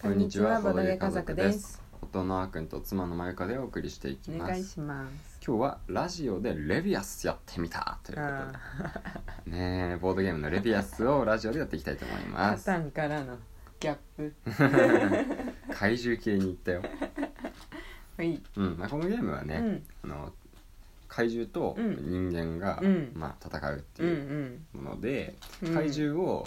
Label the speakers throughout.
Speaker 1: こんにちはボドゲ家族です。
Speaker 2: 夫のあーくんと妻のまゆかでお送りしていき
Speaker 1: お
Speaker 2: ま
Speaker 1: 願い
Speaker 2: す。
Speaker 1: します。
Speaker 2: 今日はラジオでレビアスやってみたという
Speaker 1: あ
Speaker 2: ことで、 ねえボードゲームのレビアスをラジオでやっていきたいと思い
Speaker 1: あ、
Speaker 2: ま
Speaker 1: パ
Speaker 2: す
Speaker 1: タ。ンからのギャップ。
Speaker 2: 怪獣系に行ったよ。
Speaker 1: はい。
Speaker 2: うん、まあこのゲームは
Speaker 1: う
Speaker 2: ね、
Speaker 1: ん
Speaker 2: あの怪獣と人間が、
Speaker 1: うん
Speaker 2: まあ戦うって
Speaker 1: うん
Speaker 2: いう
Speaker 1: うん
Speaker 2: もので、
Speaker 1: うん。
Speaker 2: 怪獣を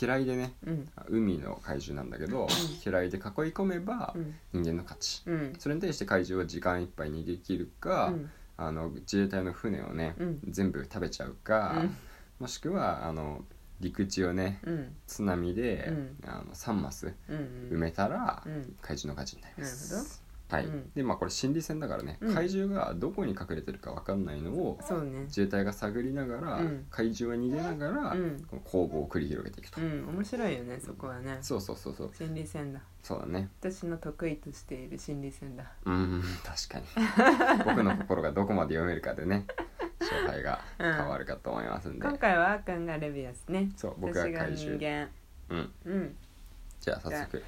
Speaker 2: 嫌いでね、
Speaker 1: うん
Speaker 2: 海の怪獣なんだけど、嫌いで囲い込めば
Speaker 1: うん
Speaker 2: 人間の勝ち。
Speaker 1: うん
Speaker 2: それに対して怪獣は時間いっぱい逃げ切るか、
Speaker 1: うん
Speaker 2: あの自衛隊の船をね、
Speaker 1: うん
Speaker 2: 全部食べちゃうか、
Speaker 1: うん
Speaker 2: もしくはあの陸地をね
Speaker 1: うん
Speaker 2: 津波で、
Speaker 1: うん
Speaker 2: あの3マス
Speaker 1: うん
Speaker 2: 埋めたら、
Speaker 1: うん
Speaker 2: 怪獣の勝ちになります。
Speaker 1: なる
Speaker 2: はい
Speaker 1: うん
Speaker 2: でまあこれ心理戦だからね、
Speaker 1: うん
Speaker 2: 怪獣がどこに隠れてるか分かんないのを
Speaker 1: そうね。
Speaker 2: 自衛隊が探りながら、
Speaker 1: うん
Speaker 2: 怪獣は逃げながら、
Speaker 1: うん
Speaker 2: この攻防を繰り広げていくと、
Speaker 1: うん面白いよねそこはね。
Speaker 2: そうそうそうそう
Speaker 1: 心理戦だ。
Speaker 2: そうだね
Speaker 1: 私の得意としている心理戦だ。
Speaker 2: うーん確かに 僕の心がどこまで読めるかでね勝敗が変わるかと思いますんで、
Speaker 1: 今回はあーくんがレビアスね。
Speaker 2: そう僕が
Speaker 1: 私が
Speaker 2: 怪
Speaker 1: 人
Speaker 2: 獣
Speaker 1: 間。
Speaker 2: うん
Speaker 1: うん。
Speaker 2: じゃあ早速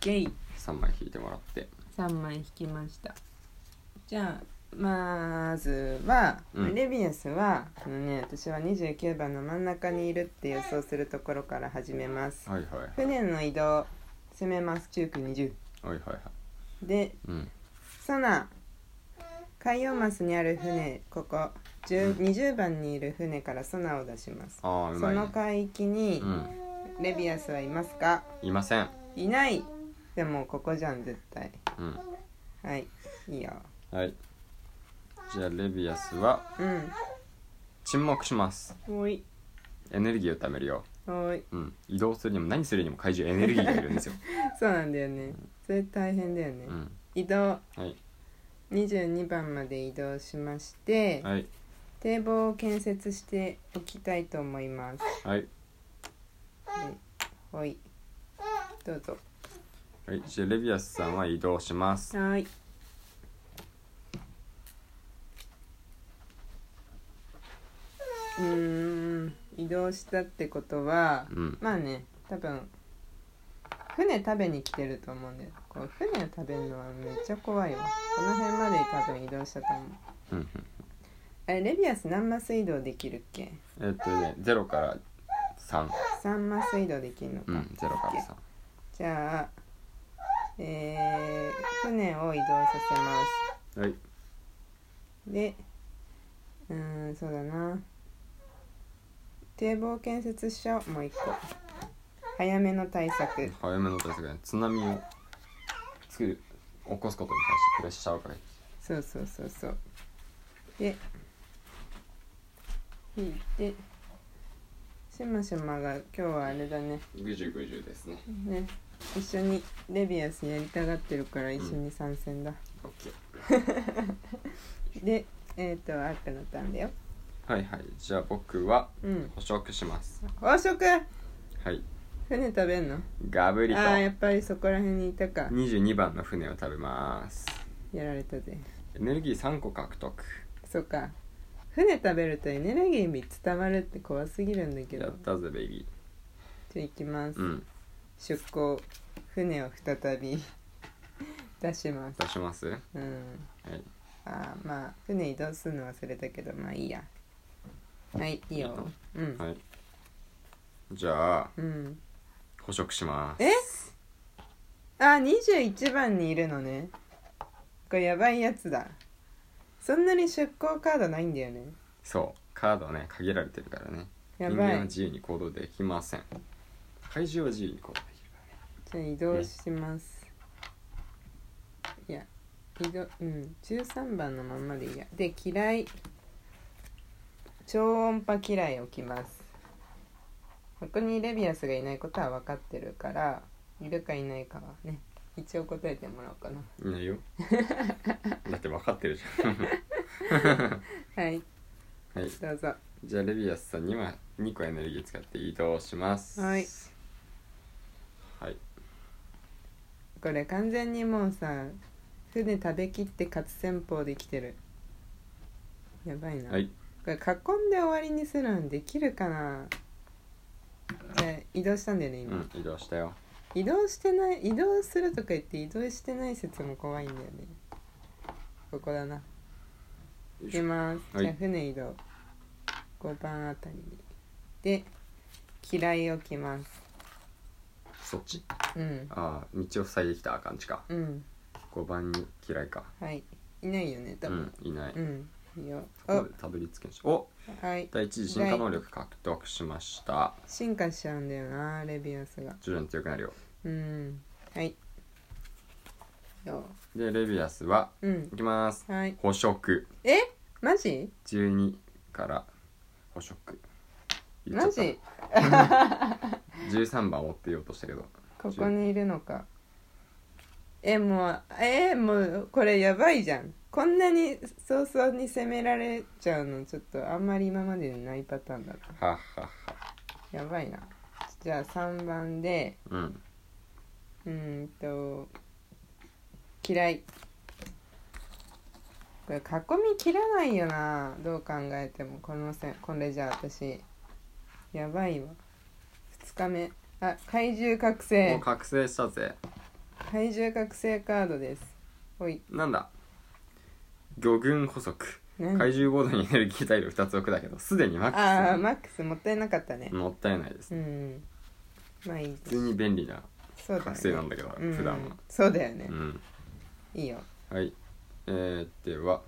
Speaker 1: ゲイ。
Speaker 2: 3枚引いてもらって
Speaker 1: 三枚引きましたじゃあまずは、
Speaker 2: うん
Speaker 1: レビアスはあの、ね、私は29番の真ん中にいるって予想するところから始めます
Speaker 2: はいはいはい
Speaker 1: 船の移動攻めます中区20
Speaker 2: はいはいはい
Speaker 1: で
Speaker 2: うん
Speaker 1: ソナ海洋マスにある船ここ10 20番にいる船からソナを出します
Speaker 2: ああう
Speaker 1: そ
Speaker 2: まい、
Speaker 1: の
Speaker 2: ね、
Speaker 1: 海域に
Speaker 2: うん
Speaker 1: レビアスはいますか
Speaker 2: いません
Speaker 1: いないでもここじゃん絶対
Speaker 2: うん
Speaker 1: はいいいよ
Speaker 2: はいじゃあレビアスは
Speaker 1: うん
Speaker 2: 沈黙します
Speaker 1: おい
Speaker 2: エネルギーを貯めるよ
Speaker 1: おい
Speaker 2: うん移動するにも何するにも怪獣エネルギーがいるん ですよ
Speaker 1: そうなんだよねそれ大変だよね、
Speaker 2: うん
Speaker 1: 移動
Speaker 2: はい
Speaker 1: 22番まで移動しまして、
Speaker 2: はい
Speaker 1: 堤防を建設しておきたいと思います
Speaker 2: はい
Speaker 1: ほいどうぞ
Speaker 2: はいじゃあレビアスさんは移動します
Speaker 1: はいうん移動したってことは、
Speaker 2: うん
Speaker 1: まあね多分船食べに来てると思うんだよこう船を食べるのはめっちゃ怖いわこの辺まで多分移動したと思う
Speaker 2: うんうん
Speaker 1: あれレビアス何マス移動できるっけ
Speaker 2: えっとね0から3
Speaker 1: 3マス移動できるのか、
Speaker 2: うん0から3
Speaker 1: じゃあえー、船を移動させます
Speaker 2: はい
Speaker 1: でうーんそうだな堤防建設しちゃおうもう一個早めの対策
Speaker 2: 早めの対策ね津波を作る起こすことに対してプレッシャーをかけて
Speaker 1: そうそうそうそうで引いてしましまが今日はあれだね
Speaker 2: ぐじゅぐじゅですね
Speaker 1: ね一緒にレビアスやりたがってるから一緒に参戦だ、
Speaker 2: オッケ
Speaker 1: でえっ、とアークのターンだよ
Speaker 2: ーはいはいじゃあ僕は
Speaker 1: うん
Speaker 2: 捕食します
Speaker 1: 宝食
Speaker 2: はい
Speaker 1: 船食べんの
Speaker 2: ガブリと
Speaker 1: ああやっぱりそこら辺にいたか
Speaker 2: 22番の船を食べます
Speaker 1: やられたぜ
Speaker 2: エネルギー3個獲得
Speaker 1: そうか船食べるとエネルギー3つたまるって怖すぎるんだけ
Speaker 2: や
Speaker 1: ど
Speaker 2: ったぜベイビ
Speaker 1: じゃあ行きます、
Speaker 2: ーうん
Speaker 1: 出航船を再び 出します
Speaker 2: 出しますは
Speaker 1: うん
Speaker 2: い
Speaker 1: あーまあ船移動するの忘れたけどまあいいやはいいいようん、
Speaker 2: はいじゃあ
Speaker 1: うん
Speaker 2: 捕食します
Speaker 1: えあ21番にいるのねこれやばいやつだそんなに出向カードないんだよね
Speaker 2: そうカードはね限られてるからね
Speaker 1: や
Speaker 2: 人
Speaker 1: ば
Speaker 2: 間はい
Speaker 1: じ
Speaker 2: 自由に行動できません怪獣は自由に行動できるからね
Speaker 1: ゃあ移動しますいや移動うん13番のまんまでいいやで嫌い超音波嫌い置きますここにレビアスがいないことは分かってるからいるかいないかはね一応答えてもらおうかない
Speaker 2: ないよだって分かってるじ
Speaker 1: はい
Speaker 2: ゃん はい
Speaker 1: どうぞ
Speaker 2: じゃあレビアスさんには2個エネルギー使って移動します
Speaker 1: はい
Speaker 2: はい
Speaker 1: これ完全にもうさ船食べきって勝つ戦法できてるやばいな、
Speaker 2: はい
Speaker 1: これ囲んで終わりにするんできるかなじゃあ移動したんだよね
Speaker 2: う
Speaker 1: 今、
Speaker 2: ん移動したよ
Speaker 1: 移動してない移動するとか言って移動してない説も怖いんだよねここだな行きます、
Speaker 2: はい
Speaker 1: じゃあ船移動5番あたりにで嫌い置きます
Speaker 2: そっち
Speaker 1: うん
Speaker 2: ああ道を塞いできたあかんちか
Speaker 1: うん
Speaker 2: 5番に嫌いか
Speaker 1: はいいないよね多
Speaker 2: うん
Speaker 1: 分
Speaker 2: いない、
Speaker 1: うん、いいよ
Speaker 2: ここ
Speaker 1: お
Speaker 2: でたどり着けんしお
Speaker 1: はい
Speaker 2: 第一次進化能力獲得しました
Speaker 1: 進化しちゃうんだよなレビアスが
Speaker 2: 徐々に強くなるよ
Speaker 1: うんはいど
Speaker 2: でレビアスは
Speaker 1: ううん
Speaker 2: いきます
Speaker 1: はい
Speaker 2: 捕食
Speaker 1: えマジ
Speaker 2: 12から捕食言っ
Speaker 1: マ
Speaker 2: ちゃっ
Speaker 1: ジ
Speaker 2: た13番追ってようとしたけど
Speaker 1: ここにいるのかえもうえもうこれやばいじゃんこんなに早々に攻められちゃうのちょっとあんまり今までにないパターンだな
Speaker 2: はっはっは
Speaker 1: やばいなじゃあ3番で
Speaker 2: うん
Speaker 1: うーんと嫌いこれ囲み切らないよなどう考えてもこのせこれじゃあ私やばいわ2日目あ怪獣覚
Speaker 2: もう
Speaker 1: 醒
Speaker 2: 覚醒したぜ
Speaker 1: 怪獣覚醒カードですおい
Speaker 2: なんだ魚群捕食怪
Speaker 1: 何
Speaker 2: 獣ボードにエネルギー体力2つ置くだけどすでにマックス
Speaker 1: ああマックスもったいなかったね
Speaker 2: もったいないです
Speaker 1: う
Speaker 2: ね
Speaker 1: んまあいいです
Speaker 2: 普通に便利な
Speaker 1: そうだ
Speaker 2: 覚醒な
Speaker 1: よ
Speaker 2: ん
Speaker 1: ね
Speaker 2: だけど
Speaker 1: うん
Speaker 2: 普段は
Speaker 1: そうだよね
Speaker 2: う、ん
Speaker 1: いいよ
Speaker 2: はいえー、では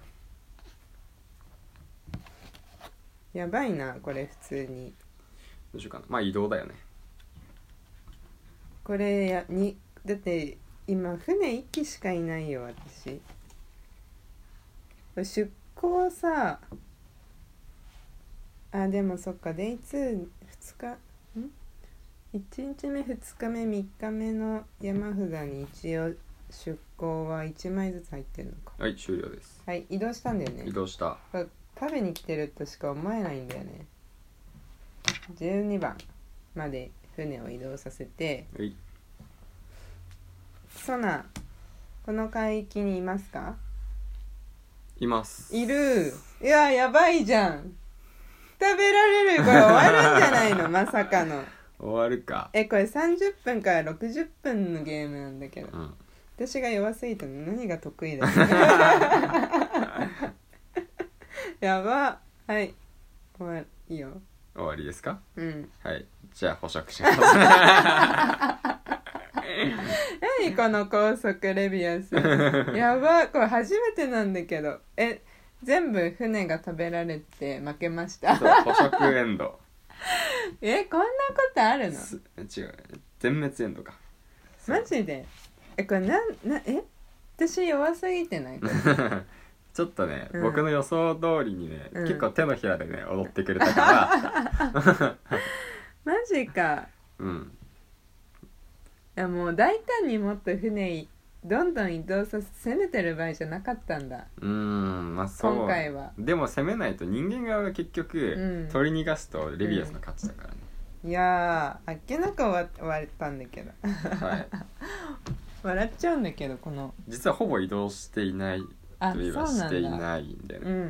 Speaker 1: やばいなこれ普通に
Speaker 2: どうしようかなまあ移動だよね
Speaker 1: これやにだって今船1機しかいないよ私出港さあでもそっか Day22 日ん1日目2日目3日目の山札に一応出港は1枚ずつ入ってるのか
Speaker 2: はい終了です
Speaker 1: はい移動したんだよね
Speaker 2: 移動した
Speaker 1: 食べに来てるとしか思えないんだよね12番まで船を移動させて
Speaker 2: はい
Speaker 1: ソナーこの海域にいますか
Speaker 2: います
Speaker 1: いるいややばいじゃん食べられるこれ終わるんじゃない のまさかの
Speaker 2: 終わるか
Speaker 1: えこれ30分から60分のゲームなんだけど
Speaker 2: うん
Speaker 1: 私が弱すぎたの何が得 意だろうやばはい終わいいよ
Speaker 2: 終わりですか
Speaker 1: うん
Speaker 2: はいじゃあ捕食します
Speaker 1: 何この高速レビアスやばこれ初めてなんだけどえ全部船が食べられて負けました
Speaker 2: そう捕食エンド
Speaker 1: えこんなことあるの
Speaker 2: す違う全滅エンドか
Speaker 1: マジでえこれなんなえ私弱すぎてないこれ
Speaker 2: ちょっとね、
Speaker 1: うん
Speaker 2: 僕の予想通りにね、
Speaker 1: うん
Speaker 2: 結構手のひらでね踊ってくれ たから
Speaker 1: マジか
Speaker 2: うん
Speaker 1: いやもう大胆にもっと船いどんどん移動させ攻めてる場合じゃなかったんだ
Speaker 2: うーんまあそう
Speaker 1: 今回は
Speaker 2: でも攻めないと人間側が結局、
Speaker 1: うん
Speaker 2: 取り逃がすとレビアスの勝ちだからね、
Speaker 1: いやーあっけなく終わ終わったんだけど
Speaker 2: はい
Speaker 1: 笑っちゃうんだけどこの
Speaker 2: 実はほぼ移動していない
Speaker 1: あそ
Speaker 2: と
Speaker 1: う
Speaker 2: いえば
Speaker 1: な
Speaker 2: してい
Speaker 1: んだ
Speaker 2: ないんだよ
Speaker 1: うん
Speaker 2: ね
Speaker 1: う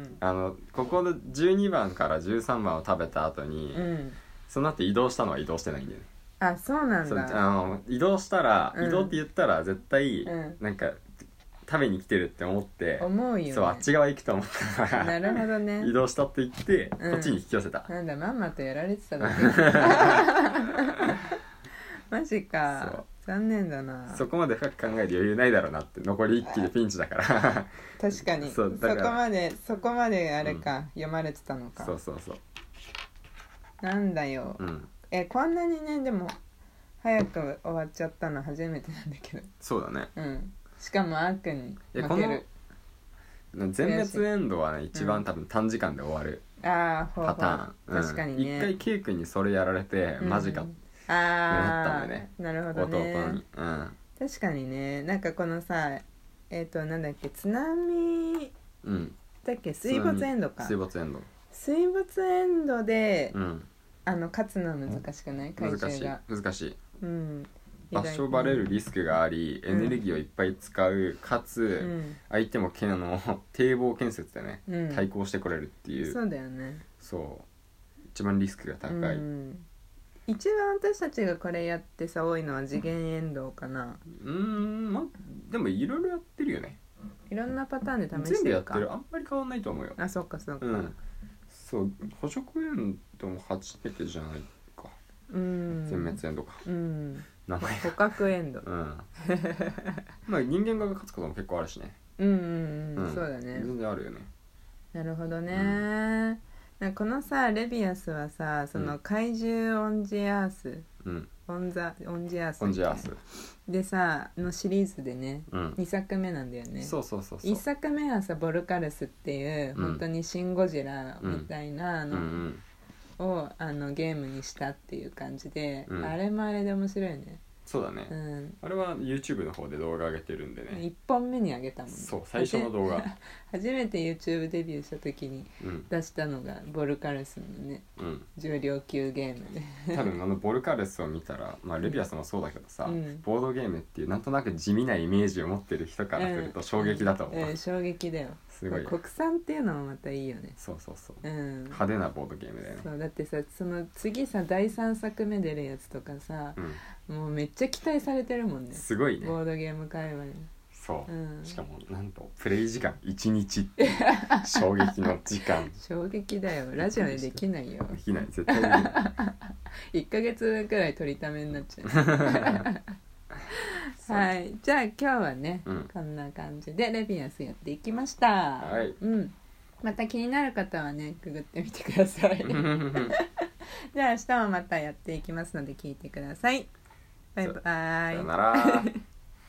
Speaker 1: ん
Speaker 2: あのここの12番から13番を食べた後に、
Speaker 1: うんうん
Speaker 2: その後移動したのは移動してないんだよね
Speaker 1: あそうなん
Speaker 2: そう
Speaker 1: だ
Speaker 2: あの移動したら、
Speaker 1: うん
Speaker 2: 移動って言ったら絶対、
Speaker 1: うん
Speaker 2: なんか食べに来てるって思って、
Speaker 1: 思うよ、ね、
Speaker 2: そうあっち側行くと思ったから
Speaker 1: なるほどね
Speaker 2: 移動した って言って、
Speaker 1: うん
Speaker 2: こっちに引き寄せた
Speaker 1: なんだまんまとやられてただ けマジ
Speaker 2: そう
Speaker 1: か残念だな
Speaker 2: そこまで深く考える余裕ないだろうなって残り一気でピンチだか
Speaker 1: 確かに
Speaker 2: そ
Speaker 1: そう
Speaker 2: だから
Speaker 1: こまでそこまであれか、読まれてたの
Speaker 2: ら
Speaker 1: か
Speaker 2: そうそうそう
Speaker 1: なんだよ、
Speaker 2: うん
Speaker 1: えこんなにねでも早く終わっちゃったの初めてなんだけど
Speaker 2: そうだね
Speaker 1: うんしかもあーくん
Speaker 2: い
Speaker 1: に
Speaker 2: や
Speaker 1: 負ける
Speaker 2: 全滅エンドはね一番多分短時間で終わる
Speaker 1: ああほうほ
Speaker 2: パ
Speaker 1: う
Speaker 2: ターン、うん
Speaker 1: 確かにね
Speaker 2: 一回 K 君にそれやられて、マジか
Speaker 1: う
Speaker 2: っ
Speaker 1: ん
Speaker 2: てなった
Speaker 1: あ
Speaker 2: ん
Speaker 1: あ、
Speaker 2: だよね
Speaker 1: なるほど
Speaker 2: 弟
Speaker 1: ね
Speaker 2: にうん
Speaker 1: 確かにねなんかこのさえっ、となんだっけ津波
Speaker 2: うん
Speaker 1: だっけ水没エンドか
Speaker 2: 水没エンド
Speaker 1: 水没エンドで、
Speaker 2: うん
Speaker 1: あの勝つのは難しくない怪
Speaker 2: 難
Speaker 1: 獣
Speaker 2: しい
Speaker 1: が、
Speaker 2: 難しい
Speaker 1: うん、
Speaker 2: 場所バレるリスクがあり、
Speaker 1: ん
Speaker 2: エネルギーをいっぱい使うか
Speaker 1: う
Speaker 2: つ、
Speaker 1: ん、
Speaker 2: 相手もけあの 堤防建設でね、
Speaker 1: うん
Speaker 2: 対抗してこれるっていう
Speaker 1: そうだよね
Speaker 2: そう一番リスクが高い、
Speaker 1: うん、一番私たちがこれやってさ多いのは次元遠動かな、
Speaker 2: うーんまあでもいろいろやってるよね
Speaker 1: いろんなパターンで試
Speaker 2: 全
Speaker 1: し
Speaker 2: 部
Speaker 1: て
Speaker 2: や
Speaker 1: る
Speaker 2: って
Speaker 1: か
Speaker 2: るあんまり変わんないと思うよ
Speaker 1: あそっかそっか
Speaker 2: うんそう捕食園とも初めてじゃないか
Speaker 1: うん
Speaker 2: 全滅園とか
Speaker 1: うん
Speaker 2: 名前
Speaker 1: 捕獲エンド
Speaker 2: うんまあ人間側が勝つことも結構あるしね
Speaker 1: うんうんうん、
Speaker 2: ん
Speaker 1: そうだね
Speaker 2: 全然あるよね
Speaker 1: なるほどね、
Speaker 2: う
Speaker 1: なんかこのさレビアスはさその怪獣オンジアース、
Speaker 2: うん
Speaker 1: オンザオンジアース
Speaker 2: コンジアース
Speaker 1: でさのシリーズでね
Speaker 2: うん
Speaker 1: 2作目なんだよね
Speaker 2: そうそうそうそう
Speaker 1: 1作目はさボルカルスっていう、
Speaker 2: うん
Speaker 1: 本当にシン・ゴジラみたいな
Speaker 2: うんう
Speaker 1: の
Speaker 2: ん
Speaker 1: を、あのゲームにしたっていう感じで、
Speaker 2: うん
Speaker 1: あれもあれで面白いね
Speaker 2: そうだ
Speaker 1: う
Speaker 2: ね
Speaker 1: ん
Speaker 2: あれは YouTube の方で動画上げてるんでね
Speaker 1: 1本目にあげたもんね
Speaker 2: そう最初の動画
Speaker 1: 初めて YouTube デビューした時に
Speaker 2: うん
Speaker 1: 出したのがボルカルスのね
Speaker 2: うん
Speaker 1: 重量級ゲームで
Speaker 2: 多分あのボルカルスを見たら、まあ、レビアスもそうだけどさ、
Speaker 1: うん
Speaker 2: ボードゲームっていうなんとなく地味なイメージを持ってる人からすると衝撃だと思う、
Speaker 1: うん衝撃だよ
Speaker 2: すごい
Speaker 1: 国産っていうのもまたいいよね
Speaker 2: そうそうそう
Speaker 1: うん
Speaker 2: 派手なボードゲームだよね
Speaker 1: そうだってさその次さ第3作目出るやつとかさ、もうめっちゃ期待されてるもん
Speaker 2: うん
Speaker 1: ね
Speaker 2: すごいね
Speaker 1: ボードゲーム界隈に
Speaker 2: そうう、
Speaker 1: ん
Speaker 2: しかもなんとプレイ時間1日っていう衝撃の時 間
Speaker 1: 衝撃だよラジオでできないよ
Speaker 2: できない絶対できない
Speaker 1: 1ヶ月くらい取りためになっ ちゃうはいじゃあ今日はね、
Speaker 2: うん
Speaker 1: こんな感じでレビアスやっていきました
Speaker 2: はい
Speaker 1: うんまた気になる方はねくぐってみてください
Speaker 2: そう
Speaker 1: じゃあ明日もまたやっていきますので聞いてくださいバイバ
Speaker 2: さ
Speaker 1: イ
Speaker 2: よなら